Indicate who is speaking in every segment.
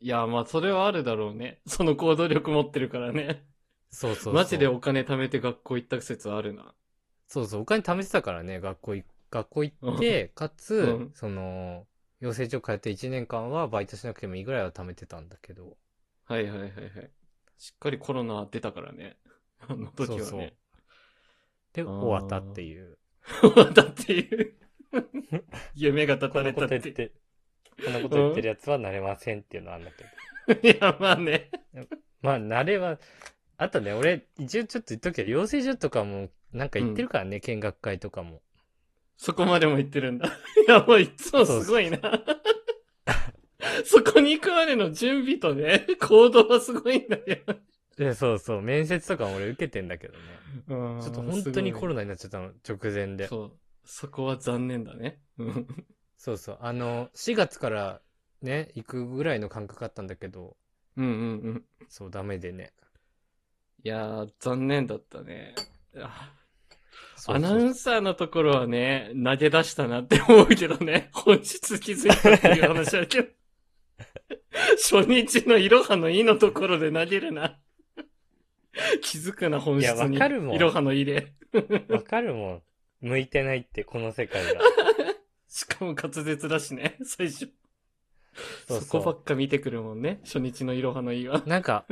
Speaker 1: いや、まあ、それはあるだろうね。 その行動力持ってるからね。
Speaker 2: そうそうそう。
Speaker 1: マジでお金貯めて学校行った説あるな。
Speaker 2: そうそう、お金貯めてたからね、学校い、学校行って、かつ、
Speaker 1: うん
Speaker 2: その、養成所通って1年間はバイトしなくてもいいぐらいは貯めてたんだけど、
Speaker 1: はいはいはいはい。しっかりコロナ出たからね。 あの時は
Speaker 2: そうそう
Speaker 1: ね。
Speaker 2: で、
Speaker 1: あー
Speaker 2: 終わったっていう。
Speaker 1: だっていう。夢が断たれたって。い
Speaker 2: て、こんなこと
Speaker 1: 言ってる
Speaker 2: やつはなれませんっていうのはあんだけ ど。
Speaker 1: や、まあね。
Speaker 2: まあ、慣れは、あとね、俺、一応ちょっと言っとくけど、養成所とかも、なんか行ってるからね、見学会とかも。
Speaker 1: そこまでも言ってるんだ。 いや、もういつもすごいな。そこに行くまでの準備とね、 行動はすごいんだよ。
Speaker 2: でそうそう、面接とかも俺受けてんだけどね。
Speaker 1: ちょ
Speaker 2: ちょっと本当にコロナになっちゃったの、直前で。
Speaker 1: そう。そこは残念だね。うん
Speaker 2: そうそう。あの、4月からね、行くぐらいの感覚あったんだけど、
Speaker 1: うんうんうん。
Speaker 2: そう、ダメでね。
Speaker 1: いやー、残念だったね。あ
Speaker 2: そう
Speaker 1: ア
Speaker 2: そう
Speaker 1: ナウンサーのところはね、投げ出したなって思うけどね、 本質気づいたっていう話だけど。 初日のいろはのいのところで投げるな。気づくな、本質
Speaker 2: いや
Speaker 1: に。
Speaker 2: わかるもん
Speaker 1: いろはのいで。
Speaker 2: わかるもん。向いてないって、この世界 が。
Speaker 1: しかも滑舌だしね、最初。
Speaker 2: そう
Speaker 1: そこば
Speaker 2: そ
Speaker 1: っか見てくるもんね、初日のいろはのいは
Speaker 2: う。。なんか、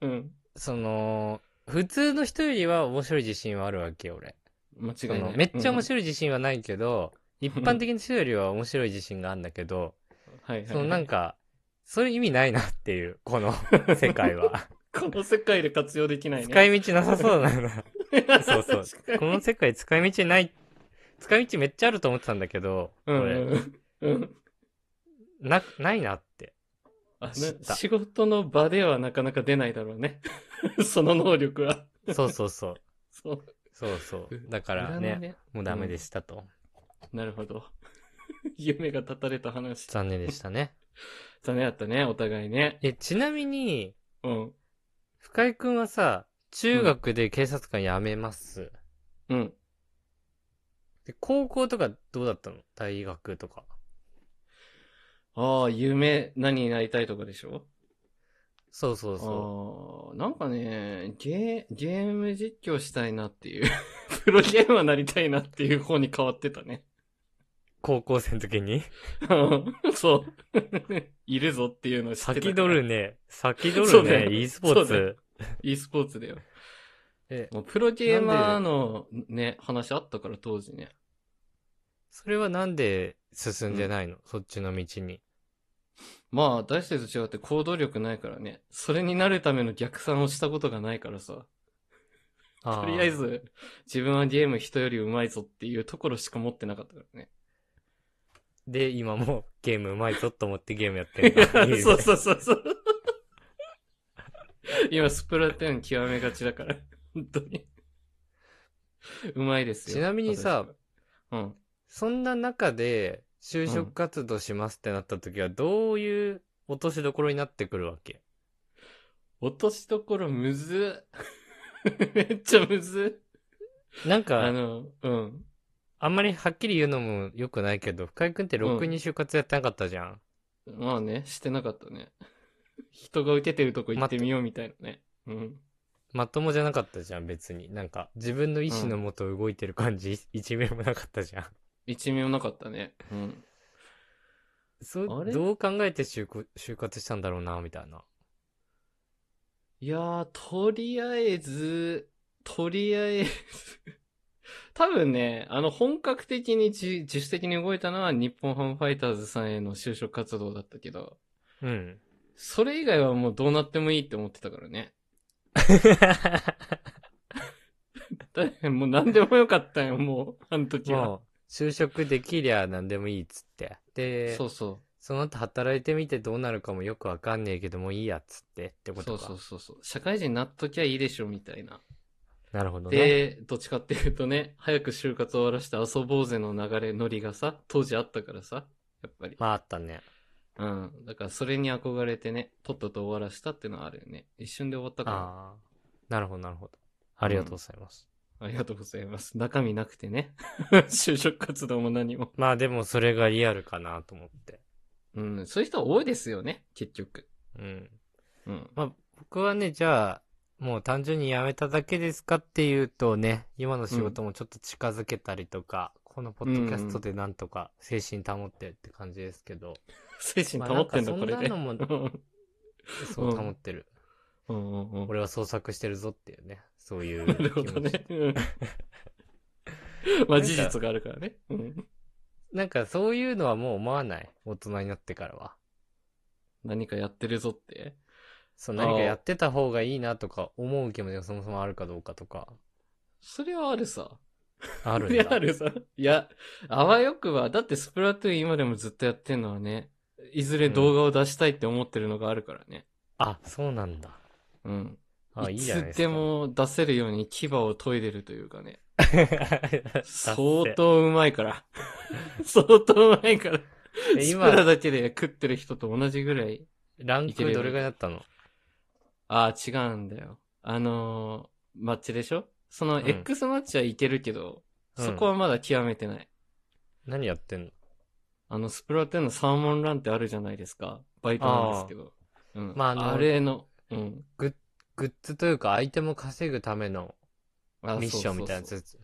Speaker 1: うん。
Speaker 2: その、普通の人よりは面白い自信はあるわけよ、俺。
Speaker 1: 間違い
Speaker 2: そ
Speaker 1: な
Speaker 2: の
Speaker 1: い。
Speaker 2: めっちゃ面
Speaker 1: い。
Speaker 2: 白い自信はないけど、一般的な人よりは面白い自信があるんだけど、
Speaker 1: はいはいはい。
Speaker 2: そのなんか、そういう意味ないなっていう、こ の世界は。
Speaker 1: この世界で活用できないね。
Speaker 2: 使い道なさそうだな。そうそう
Speaker 1: 確かに
Speaker 2: この世界使い道ない、使い道めっちゃあると思ってたんだけど、こ
Speaker 1: う
Speaker 2: れ、
Speaker 1: んうんうん。
Speaker 2: な、ないなって。
Speaker 1: あね
Speaker 2: 知った
Speaker 1: 仕事の場ではなかなか出ないだろうね。 その能力は。
Speaker 2: そうそうそう。
Speaker 1: そう。
Speaker 2: そ うそう。だか
Speaker 1: から
Speaker 2: ね、もうダメでしたと。
Speaker 1: なるほど。 夢が絶たれた話。
Speaker 2: 残念でしたね。
Speaker 1: 残念だったね、お互いね。
Speaker 2: え、ちなみに、
Speaker 1: うん。
Speaker 2: 深井くんはさ、中学で警察官辞めます。
Speaker 1: うん。
Speaker 2: で、高校とかどうだったの大学とか。
Speaker 1: ああ、夢、何になりたいとかでしょ
Speaker 2: そうそうそ
Speaker 1: ああ、なんかね、ゲー、ゲーム実況したいなっていう。 プロゲーマーなりたいなっていう方に変わってたね。
Speaker 2: う。高校生の 時に
Speaker 1: うん そう。いるぞっていうのを知ってたから。
Speaker 2: 先取るね。先取
Speaker 1: そ
Speaker 2: る
Speaker 1: うだ
Speaker 2: ね。
Speaker 1: よ
Speaker 2: e スポー
Speaker 1: そうだ
Speaker 2: ツ。
Speaker 1: e スポーツだよ。
Speaker 2: え、
Speaker 1: もうプロゲーマーのね、話あったから当時ね。
Speaker 2: それはなんで進んでないの、そっちの道に。
Speaker 1: まあ、大生と違って行動力ないからね。それになるための逆算をしたことがないからさ。
Speaker 2: あ
Speaker 1: と
Speaker 2: ー
Speaker 1: りあえ。ず、自分はゲーム人より上手いぞっていうところしか持ってなかったからね。。
Speaker 2: で、今もゲームうまいぞと思ってゲームやって る
Speaker 1: そうそうそうそう。今、スプラトゥーン極めがちだから。本当に。うまいですよ。
Speaker 2: ちなみにさ
Speaker 1: 私は、うん。
Speaker 2: そんな中で、就職活動しますってなった時は、どういう落としどころになってくるわけ
Speaker 1: 落としどころむずっ めっちゃむずっ
Speaker 2: なん
Speaker 1: あ
Speaker 2: か、
Speaker 1: の、うん。
Speaker 2: あんまりはっきり言うのも良くないけど、深井くんってろくに就活やってなかったじゃん。
Speaker 1: まあね、してなかったね。人が受けてるとこ行ってみようみたいなね。うん。
Speaker 2: まともじゃなかったじゃん、別に。なんか、自分の意志のもと動いてる感じ、一面もなかったじゃん。
Speaker 1: 一味もなかったね。うん。
Speaker 2: そ
Speaker 1: あ
Speaker 2: う、
Speaker 1: れ
Speaker 2: どう考えて就活就活したんだろうな、みたいな。
Speaker 1: いやー、とりあえず、とりあえず、 多分ね、あの、本格的に自自主的に動いたのは日本ハムファイターズさんへの就職活動だったけど、
Speaker 2: うん。
Speaker 1: それ以外はもうどうなってもいいって思ってたからね。だもう何でもよかったよ、もう、あの時は。
Speaker 2: もう、就職できりゃ何でもいいっつって。で、
Speaker 1: そう
Speaker 2: そ
Speaker 1: そ
Speaker 2: の後働いてみてどうなるかもよくわかんねえけど、もういいやっつってって
Speaker 1: う。
Speaker 2: こ
Speaker 1: そ
Speaker 2: と
Speaker 1: う
Speaker 2: か。
Speaker 1: そうそうそう。社会人になっときゃいいでしょ、みたいな。
Speaker 2: なるほどね。
Speaker 1: で、どっちかっていうとね、早く就活終わらして遊ぼうぜの流れ、ノリがさ、当時あったからさ、やっぱり。
Speaker 2: まああったね。
Speaker 1: うん。だからそれに憧れてね、とっとと終わらしたってのはあるよね。一瞬で終わったか
Speaker 2: ああ。なるほど、なるほど。ありがとうございます。
Speaker 1: ら。ありがとうございます。中身な くてね。就職活動も何も。
Speaker 2: まあでもそれがリアルかなと思って。
Speaker 1: うん、そういう人多いですよね、結局。
Speaker 2: うん。
Speaker 1: うん。
Speaker 2: まあ、僕はね、じゃあ、もう単純に辞めただけですかっていうとね、今の仕事もちょっと近づけたりとか、このポッドキャストでなんとか精神保ってるって感じですけど、
Speaker 1: 精神
Speaker 2: まあ
Speaker 1: 保ってんだ、
Speaker 2: な
Speaker 1: こ
Speaker 2: か
Speaker 1: れ
Speaker 2: そんな
Speaker 1: で
Speaker 2: の。 も、そう保ってる。
Speaker 1: うんうんうん。
Speaker 2: 俺は創作してるぞっていうね、そうい う
Speaker 1: なるほ
Speaker 2: 気
Speaker 1: ど
Speaker 2: 持ち。
Speaker 1: ね。うん。 まあ
Speaker 2: なんか
Speaker 1: 事実があるからね。うん。
Speaker 2: なんかそういうのはもう思わない。大人になってからは。
Speaker 1: 何かやってるぞって。
Speaker 2: そう、
Speaker 1: あー
Speaker 2: 何かやってた方がいいなとか思う気持ちがそもそもあるかどうかとか。
Speaker 1: それはあるさ。
Speaker 2: あ
Speaker 1: そ
Speaker 2: るん
Speaker 1: れ
Speaker 2: だ。
Speaker 1: はあるさ。いや、あわよくば。だってスプラトゥーン今でもずっとやってんのはね、いずれ動画を出したいって思ってるのがあるからね。
Speaker 2: あ、そうなんだ。
Speaker 1: うん。
Speaker 2: あ、い
Speaker 1: い
Speaker 2: いじゃないで
Speaker 1: つ
Speaker 2: すか。
Speaker 1: で も出せるように牙を研いでるというかね。
Speaker 2: 達
Speaker 1: 相
Speaker 2: 成
Speaker 1: 当うまいから。 相当うまいから。
Speaker 2: え
Speaker 1: スプラ
Speaker 2: 今、
Speaker 1: だけで食ってる人と同じぐらい。
Speaker 2: ラン
Speaker 1: いける
Speaker 2: クどれぐらいだったの
Speaker 1: ああ、違うんだよ。あのーマッチでしょその
Speaker 2: ん
Speaker 1: X マッチはいけるけど、
Speaker 2: うん
Speaker 1: そこはまだ極めてない。
Speaker 2: 何やってんの
Speaker 1: あの、スプラトゥーンのサーモンランってあるじゃないですか。バイトなんですけど。うん。
Speaker 2: まああの
Speaker 1: あれの、うん。
Speaker 2: グッズというか、アイテムを稼ぐための
Speaker 1: あ
Speaker 2: ミッションみたいなや
Speaker 1: そうそう
Speaker 2: つ。
Speaker 1: そう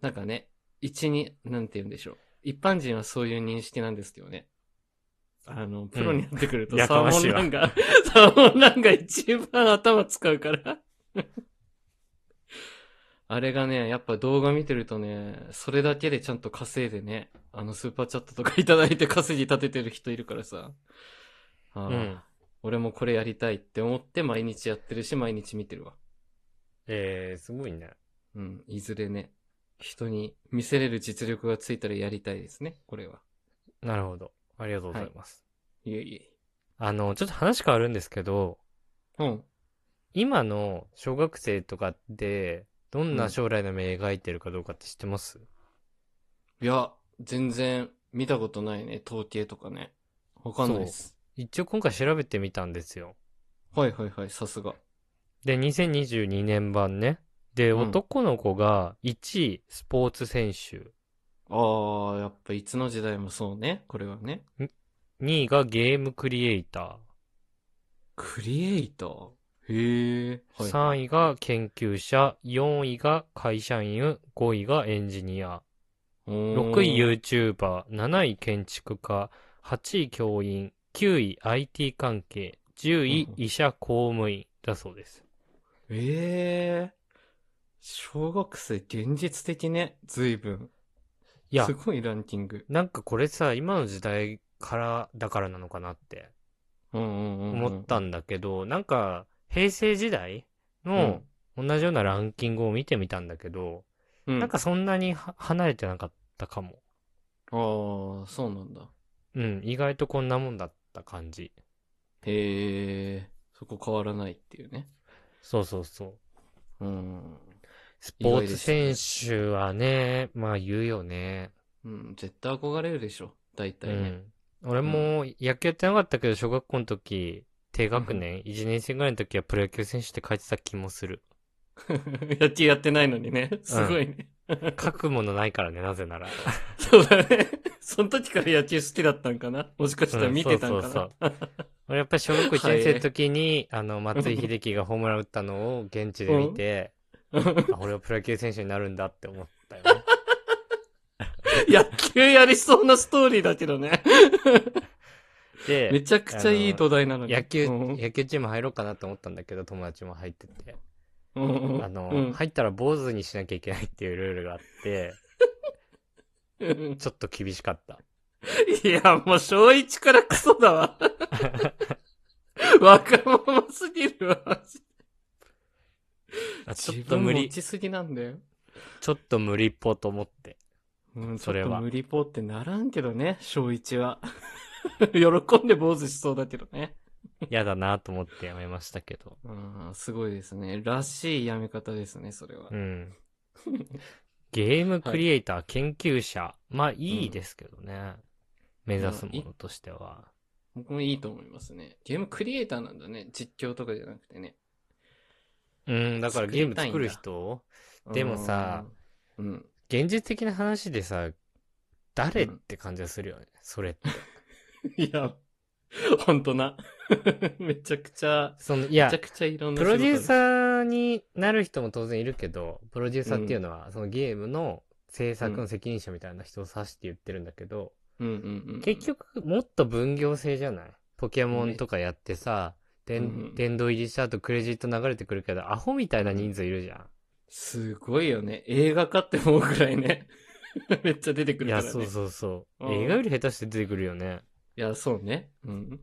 Speaker 1: なんかね、一に、なんて言うんでしょう。一般人はそういう認識なんですけどね。あの、プロになってくると、
Speaker 2: うんや
Speaker 1: サ
Speaker 2: か
Speaker 1: ー
Speaker 2: ま
Speaker 1: モ
Speaker 2: し
Speaker 1: ン
Speaker 2: いわ
Speaker 1: ランが、 サーモンランが一番頭使うから。 あれがね、やっぱ動画見てるとね、それだけでちゃんと稼いでね、あのスーパーチャットとかいただいて稼ぎ立ててる人いるからさ。ああ
Speaker 2: うん。
Speaker 1: 俺もこれやりたいって思って毎日やってるし、毎日見てるわ。
Speaker 2: えー、すごいね。
Speaker 1: うん、いずれね、人に見せれる実力がついたらやりたいですね、これは。
Speaker 2: なるほど。ありがとうございます。
Speaker 1: いえいえ。
Speaker 2: あの、ちょっと話変わるんですけど、
Speaker 1: うん。
Speaker 2: 今の小学生とかって、どんな将来の夢描いてるかどうかって知ってます、
Speaker 1: いや、全然見たことないね、統計とかね。わかんないです。
Speaker 2: 一応今回調べてみたんですよ。
Speaker 1: はいはいはい、さすが。
Speaker 2: で、2022年版ね。で、
Speaker 1: うん
Speaker 2: 男の子が1位、スポーツ選手。
Speaker 1: ああ、やっぱいつの時代もそうね、これはね。
Speaker 2: 2位がゲームクリエイター。
Speaker 1: クリエイターへえ。
Speaker 2: 3
Speaker 1: 位。
Speaker 2: 位が研究者、4位が会社員、5位がエンジニア、6
Speaker 1: 6
Speaker 2: 位 YouTuber、7位建築家、8位教員、9位 IT 関係、10位
Speaker 1: うんうん
Speaker 2: 医者公務員だそうです。
Speaker 1: ええ。小学生現実的ね、随分。
Speaker 2: いや
Speaker 1: す、ごいランキング。
Speaker 2: なんかこれさ、今の時代からだからなのかなって
Speaker 1: うんうんうんうん。
Speaker 2: 思ったんだけど、なんか平成時代の同じようなランキングを見てみたんだけど、
Speaker 1: うん。うん
Speaker 2: なんかそんなには離れてなかったかも。
Speaker 1: ああ、そうなんだ。
Speaker 2: うん、意外とこんなもんだった感じ。
Speaker 1: へえ、そこ変わらないっていうね。
Speaker 2: そうそうそう。
Speaker 1: うん。
Speaker 2: スポーツ選手はね、まあ言うよね。
Speaker 1: うん、絶対憧れるでしょ。大
Speaker 2: う
Speaker 1: 体ね。
Speaker 2: ん。俺も野球やってなかったけど、小学校の時、低学年、1年生ぐらいの時はプロ野球選手って書いてた気もする。
Speaker 1: 野球やってないのにね。すごいね。
Speaker 2: 書くものないからね、なぜなら。
Speaker 1: そうだね。 その時から野球好きだったんかなもしかしたら見てたんかな、
Speaker 2: うんそう俺やっぱり小学校1年生の時に、あの、松井秀喜がホームラン打ったのを現地で見て、あ俺はプロ野球選手になるんだって思ったよね。
Speaker 1: 野球やりそうなストーリーだけどね。
Speaker 2: で、
Speaker 1: めちゃくちゃいい土台なのに。
Speaker 2: 野球、
Speaker 1: うん
Speaker 2: 野球チーム入ろうかなと思ったんだけど、友達も入ってて。
Speaker 1: うんうん
Speaker 2: あの、
Speaker 1: うん
Speaker 2: 入ったら坊主にしなきゃいけないっていうルールがあって、
Speaker 1: うん
Speaker 2: ちょっと厳しかった。
Speaker 1: いや、もう小一からクソだ わ。若者すぎるわ。
Speaker 2: あちょっ
Speaker 1: 自
Speaker 2: と
Speaker 1: 分
Speaker 2: 無
Speaker 1: 持
Speaker 2: 理、
Speaker 1: ちすぎなんだよ。
Speaker 2: ちょっと無理っぽと思って。
Speaker 1: うん、
Speaker 2: それは
Speaker 1: ちょっと無理ぽってならんけどね、小一は。 喜んで坊主しそうだけどね。
Speaker 2: 嫌だなと思ってやめましたけど。
Speaker 1: うん、すごいですね。らしいやめ方ですね、それは
Speaker 2: う。ん。ゲームクリエイター、研究者。まあいいですけどね。目指すものとしては。
Speaker 1: 僕もいいと思いますね。ゲームクリエイターなんだね。実況とかじゃなくてね。
Speaker 2: うん、だからゲーム作
Speaker 1: 作り
Speaker 2: る
Speaker 1: たいんだ
Speaker 2: 人でもさ
Speaker 1: うん、うん。
Speaker 2: 現実的な話でさ、誰って感じがするよね。それって。
Speaker 1: いや、ほんとな。 めちゃくちゃ、
Speaker 2: その、い
Speaker 1: め
Speaker 2: や
Speaker 1: ちゃ、くちゃいろんな
Speaker 2: プロデュー
Speaker 1: 仕事
Speaker 2: サ
Speaker 1: ある
Speaker 2: ーになる人も当然いるけど、プロデューサーっていうのは、そのゲームの制作の責任者みたいな人を指して言ってるんだけど、
Speaker 1: うんうんうん。
Speaker 2: 結局、もっと分業制じゃないポケモンとかやってさ、殿
Speaker 1: うんうん
Speaker 2: 殿堂入りした後クレジット流れてくるけど、アホみたいな人数いるじゃん。
Speaker 1: すごいよね。映画化って思うくらいね。 めっちゃ出てく
Speaker 2: い
Speaker 1: るか
Speaker 2: や、
Speaker 1: らね。
Speaker 2: そうそうそうう。
Speaker 1: ん
Speaker 2: 映画より下手して出てくるよね。
Speaker 1: いや、そうね。うん。